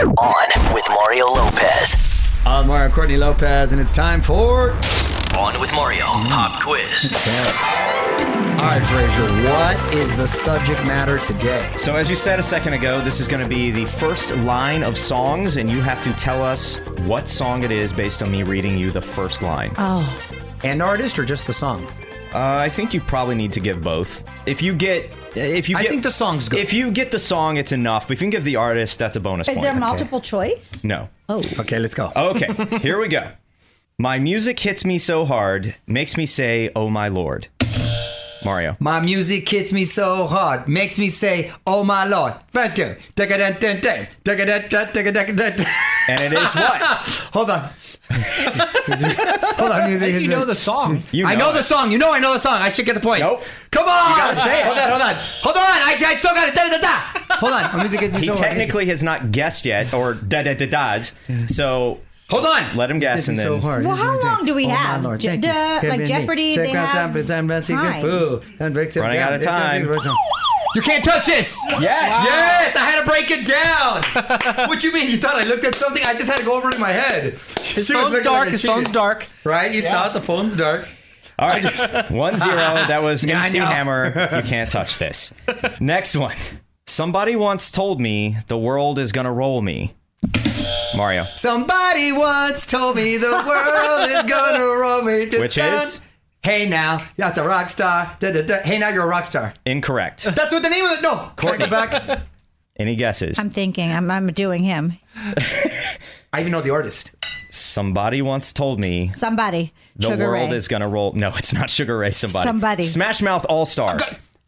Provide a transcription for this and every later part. On with Mario Lopez. I'm Mario Courtney Lopez, and it's time for. On with Mario Pop Quiz. All right, Fraser. What is the subject matter today? So, as you said a second ago, this is going to be the first line of songs, and you have to tell us what song it is based on me reading you the first line. Oh. Uh, An artist or just the song? I think you probably need to give both. If you get, if you I get, think the song's good. If you get the song, it's enough. But if you can give the artist, that's a bonus Is point. there multiple choice? no. Oh, Okay, let's go. Okay, here we go. My music hits me so hard, makes me say, "Oh my lord." Mario. My music hits me so hard, makes me say, "Oh my lord!" Phantom, da-ga-dun-dun-dun, da-ga-dun-dun, da-ga-dun-dun-dun. And it is what? Hold on. Hold on, music. hits You me. know the song. You I know it. the song. You know I know the song. I should get the point. Nope. Come on. You gotta say it. Hold on, hold on. Hold on. I, I still got it. Da, da, da, da. Hold on. My music hits me He so hard. technically has not guessed yet, or da da da da's. So Hold on. let him guess, and Hits me then so hard. Well, Hits me how so hard. long do we oh, have? My Lord, Je- thank duh, you. like Take Jeopardy, me. they Check out have time, time, time, time, time. boo. Time breaks it Running down. out of It's- it's- time. it's- it's- You can't touch this. yes, Yes, I had to break it down. what you mean? You thought I looked at something? I just had to go over it in my head. His Phone's dark. His phone's dark. Right? You saw it. The phone's dark. All right, one zero. That was Yeah, I MC know. Hammer. You can't touch this. Next one. Somebody once told me the world is gonna roll me. Mario, Somebody once told me the world is gonna roll me to Which town. is? Hey now, that's a rock star. Da, da, da. Hey now, you're a rock star. incorrect. That's what the name of it. No, Courtney. Back, go back. Any guesses? I'm thinking. I'm, I'm doing him. I even know the artist. Somebody once told me Somebody. the Sugar world Ray. is gonna roll. No, it's not Sugar Ray. Somebody. Somebody. Smash Mouth All Star.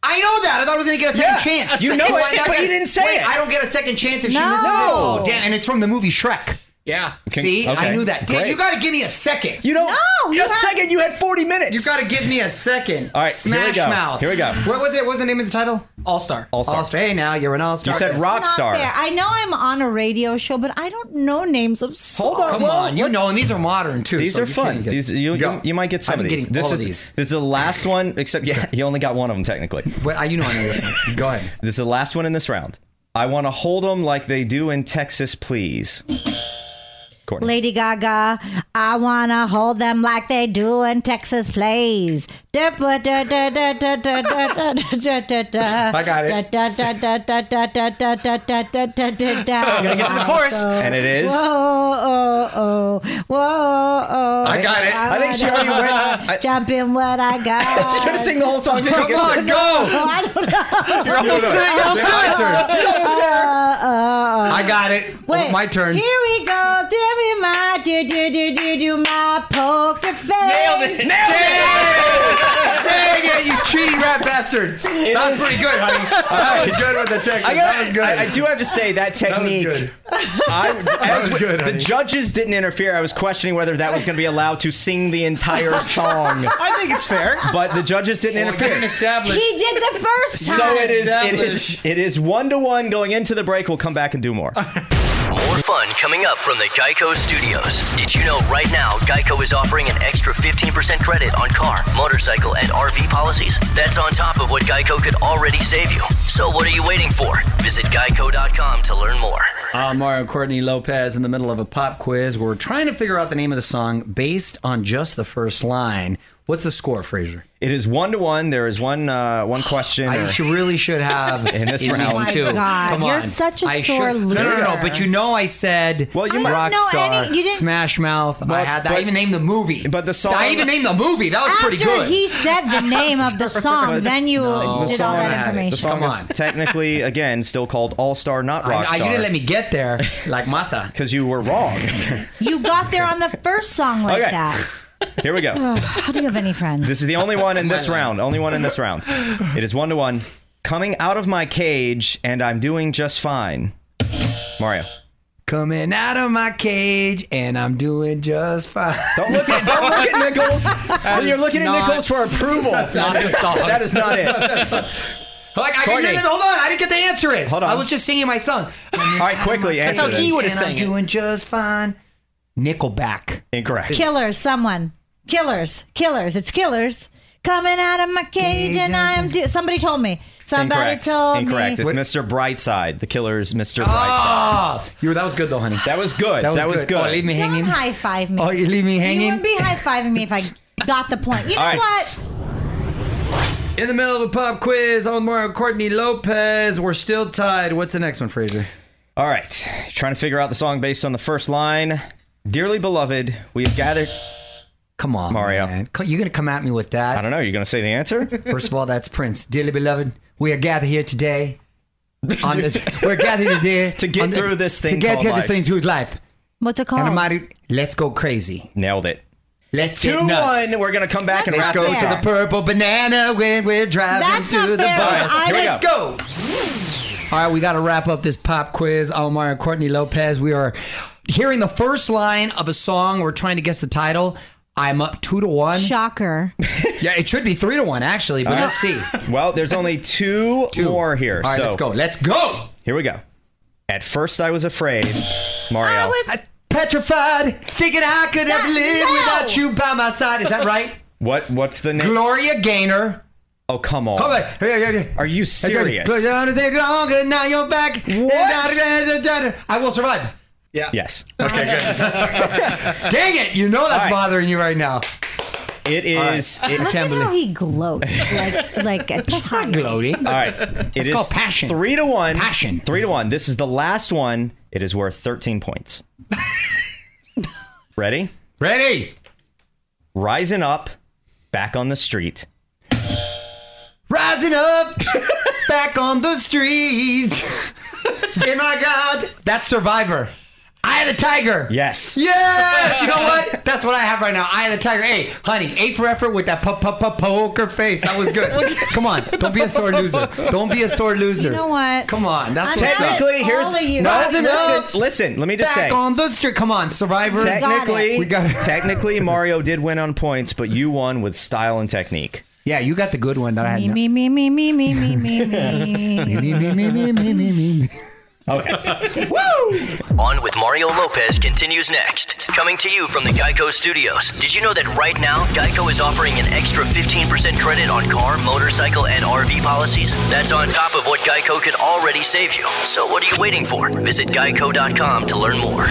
I know that. I thought I was gonna get a second chance. you know Why it, not but get- you didn't say Wait, it. I don't get a second chance if she No. misses it. Oh, damn! And it's from the movie Shrek. Yeah. See, I okay. knew that. Dude, Great. you gotta give me a second. You don't. No, you Just had- second. You had forty minutes. You gotta give me a second. All right, here we Smash go. Mouth. Here we go. What was it? What was the name of the title? All star. All Star. All Star. Hey now, you're an all star. You said rock Not star. fair. I know I'm on a radio show, but I don't know names of songs. Hold on. Come well, on, you let's- know, and these are modern too. These so are you fun. can't get- These you, Go. you, you might get some I've been of these. getting this all is of these. this is the last one. Except yeah, you only got one of them technically. Well, I, you know I know this one. Go ahead. This is the last one in this round. I want to hold them like they do in Texas, please. Courtney. Lady Gaga, I wanna hold them like they do in Texas plays. I got it. I'm Gotta get to the chorus. and it is. Whoa, oh, oh, whoa, oh. I got it. I think she already went. I, Jump in what I got. she's gonna sing the whole song. Come on, go! Oh, I don't know. You're almost no, no. there. You're almost It's my there. turn. Uh, uh, I got it. Wait, my turn. Here we go. Tell me my do do do do do my poker face. Nailed it. Dang it, you cheating rat bastard! that was pretty good, honey. I was good with the Texas. I, that was good. I, I do have to say that That was technique. good. I, as was with- good, The honey. judges didn't interfere. I was questioning whether that was going to be allowed to sing the entire song, I think it's fair. but the judges didn't Well, you interfere. can establish- He did the first time. So it is. It is. Established. It is one to one going into the break. We'll come back and do more. More fun coming up from the Geico Studios. Did you know right now Geico is offering an extra 15% credit on car, motorcycle, and RV policies? That's on top of what Geico could already save you. So what are you waiting for? Visit geico.com to learn more. I'm uh, Mario Courtney Lopez in the middle of a pop quiz. We're trying to figure out the name of the song based on just the first line. What's the score, Fraser? It is one to one. There is one. Uh, one question. I or- should- really should have In this these round. Oh my two. God, Come on. you're such a sore should, No, no, no, no. loser. But you know, I said Well, you I might- rock don't know star, any- you didn't- Smash Mouth. I But- had that. I but- even named the movie. but the song- I even named the movie. That was After pretty good. he said the name of the song, then you No. did The song all that had it. information. the song Come is on. technically again still called All Star, not I- Rock I, you didn't let me get there, like Masa. because you were wrong. You got there on the first song like Okay. that. Here we go. How do you have any friends? This is the only one in this round. Only one in this round. It is one to one. Coming out of my cage, and I'm doing just fine. Mario, Coming out of my cage, and I'm doing just fine. don't look at don't look at Nichols. When you're looking not- at Nichols for approval. That's not his song. That is not it. Like, I Courtney. didn't, hold on, I didn't get to answer it. Hold on. I was just singing my song. All right, quickly That's answer. how then. he would have and I'm sang it. doing just fine. Nickelback. Incorrect. Killers, someone. Killers, killers. It's killers. Coming out of my cage and I am. Do- Somebody told me. Somebody Incorrect. told Incorrect. me. It's Mr. Brightside. The killer's Mr. Brightside. Ah, you were, that was good though, honey. That was good. Oh. That was, good. Oh, leave me Don't hanging. high five me. Oh, you leave me You hanging. wouldn't be high fiving me if I got the point. You know All right. what? In the middle of a pop quiz, I'm with Mario Courtney Lopez. We're still tied. What's the next one, Fraser? All right. Trying to figure out the song based on the first line. Dearly beloved, we have gathered. Come on, Mario. man. Co- You gonna come at me with I that? don't know. You're going to say the answer? First of all, that's Prince. Dearly beloved, we are gathered here today. On this, we're gathered today To get on through this thing To get called through this life. thing through life. What's it And called? I'm out of- let's go crazy. Nailed it. Let's Two get nuts. one. We're gonna come back and Let's wrap Let's go go this fair. to the up. purple banana when we're driving That's to not the fair, bar. but I- Here we Let's go. All right, we got to wrap up this pop quiz. Omar and Courtney Lopez. We are hearing the first line of a song. We're trying to guess the title. I'm up two to one. Shocker. Yeah, it should be three to one actually, but let's see. Well, there's only two, more here. All right, so let's go. Let's go. Here we go. At first, I was afraid, Mario. I was. I- petrified, thinking I could have That- lived no. without you by my side. Is that right? What? What's the name? Gloria Gaynor. oh, come on. Come on. Hey, hey, hey. Are you serious? But you don't take longer, now you're back. I will survive. Yeah. Yes. Dang it! You know that's right. bothering you right now. It is. it- Look at Can't how believe- he gloats like like a child. Gloating. all right. It is called passion. Three to one. Passion. Three to one. This is the last one. It is worth 13 points. Ready? Ready? Rising up, back on the street. Rising up, back on the street. hey my God, that's Survivor. I had a tiger. Yes. Yes! You know what? That's what I have right now. I had a tiger. Hey, honey, eight for effort with that po- po- po- poker face. That was good. Come on, don't be a sore loser. Don't be a sore loser. You know what? Come on, that's I'm what's not- up. Technically, here's All of you. no. Rising up. Listen, listen. Let me just Back say. on the street. Come on, Survivor. Tech- Technically, it. We got it. technically, Mario did win on points, but you won with style and technique. yeah, you got the good one that I had. Me now. me me me me me me me me. me, me, me, me, me, me, me, me. On with Mario Lopez continues next. Coming to you from the Geico Studios. Did you know that right now, Geico is offering an extra 15% credit on car, motorcycle, and RV policies? That's on top of what Geico could already save you. So what are you waiting for? Visit geico.com to learn more.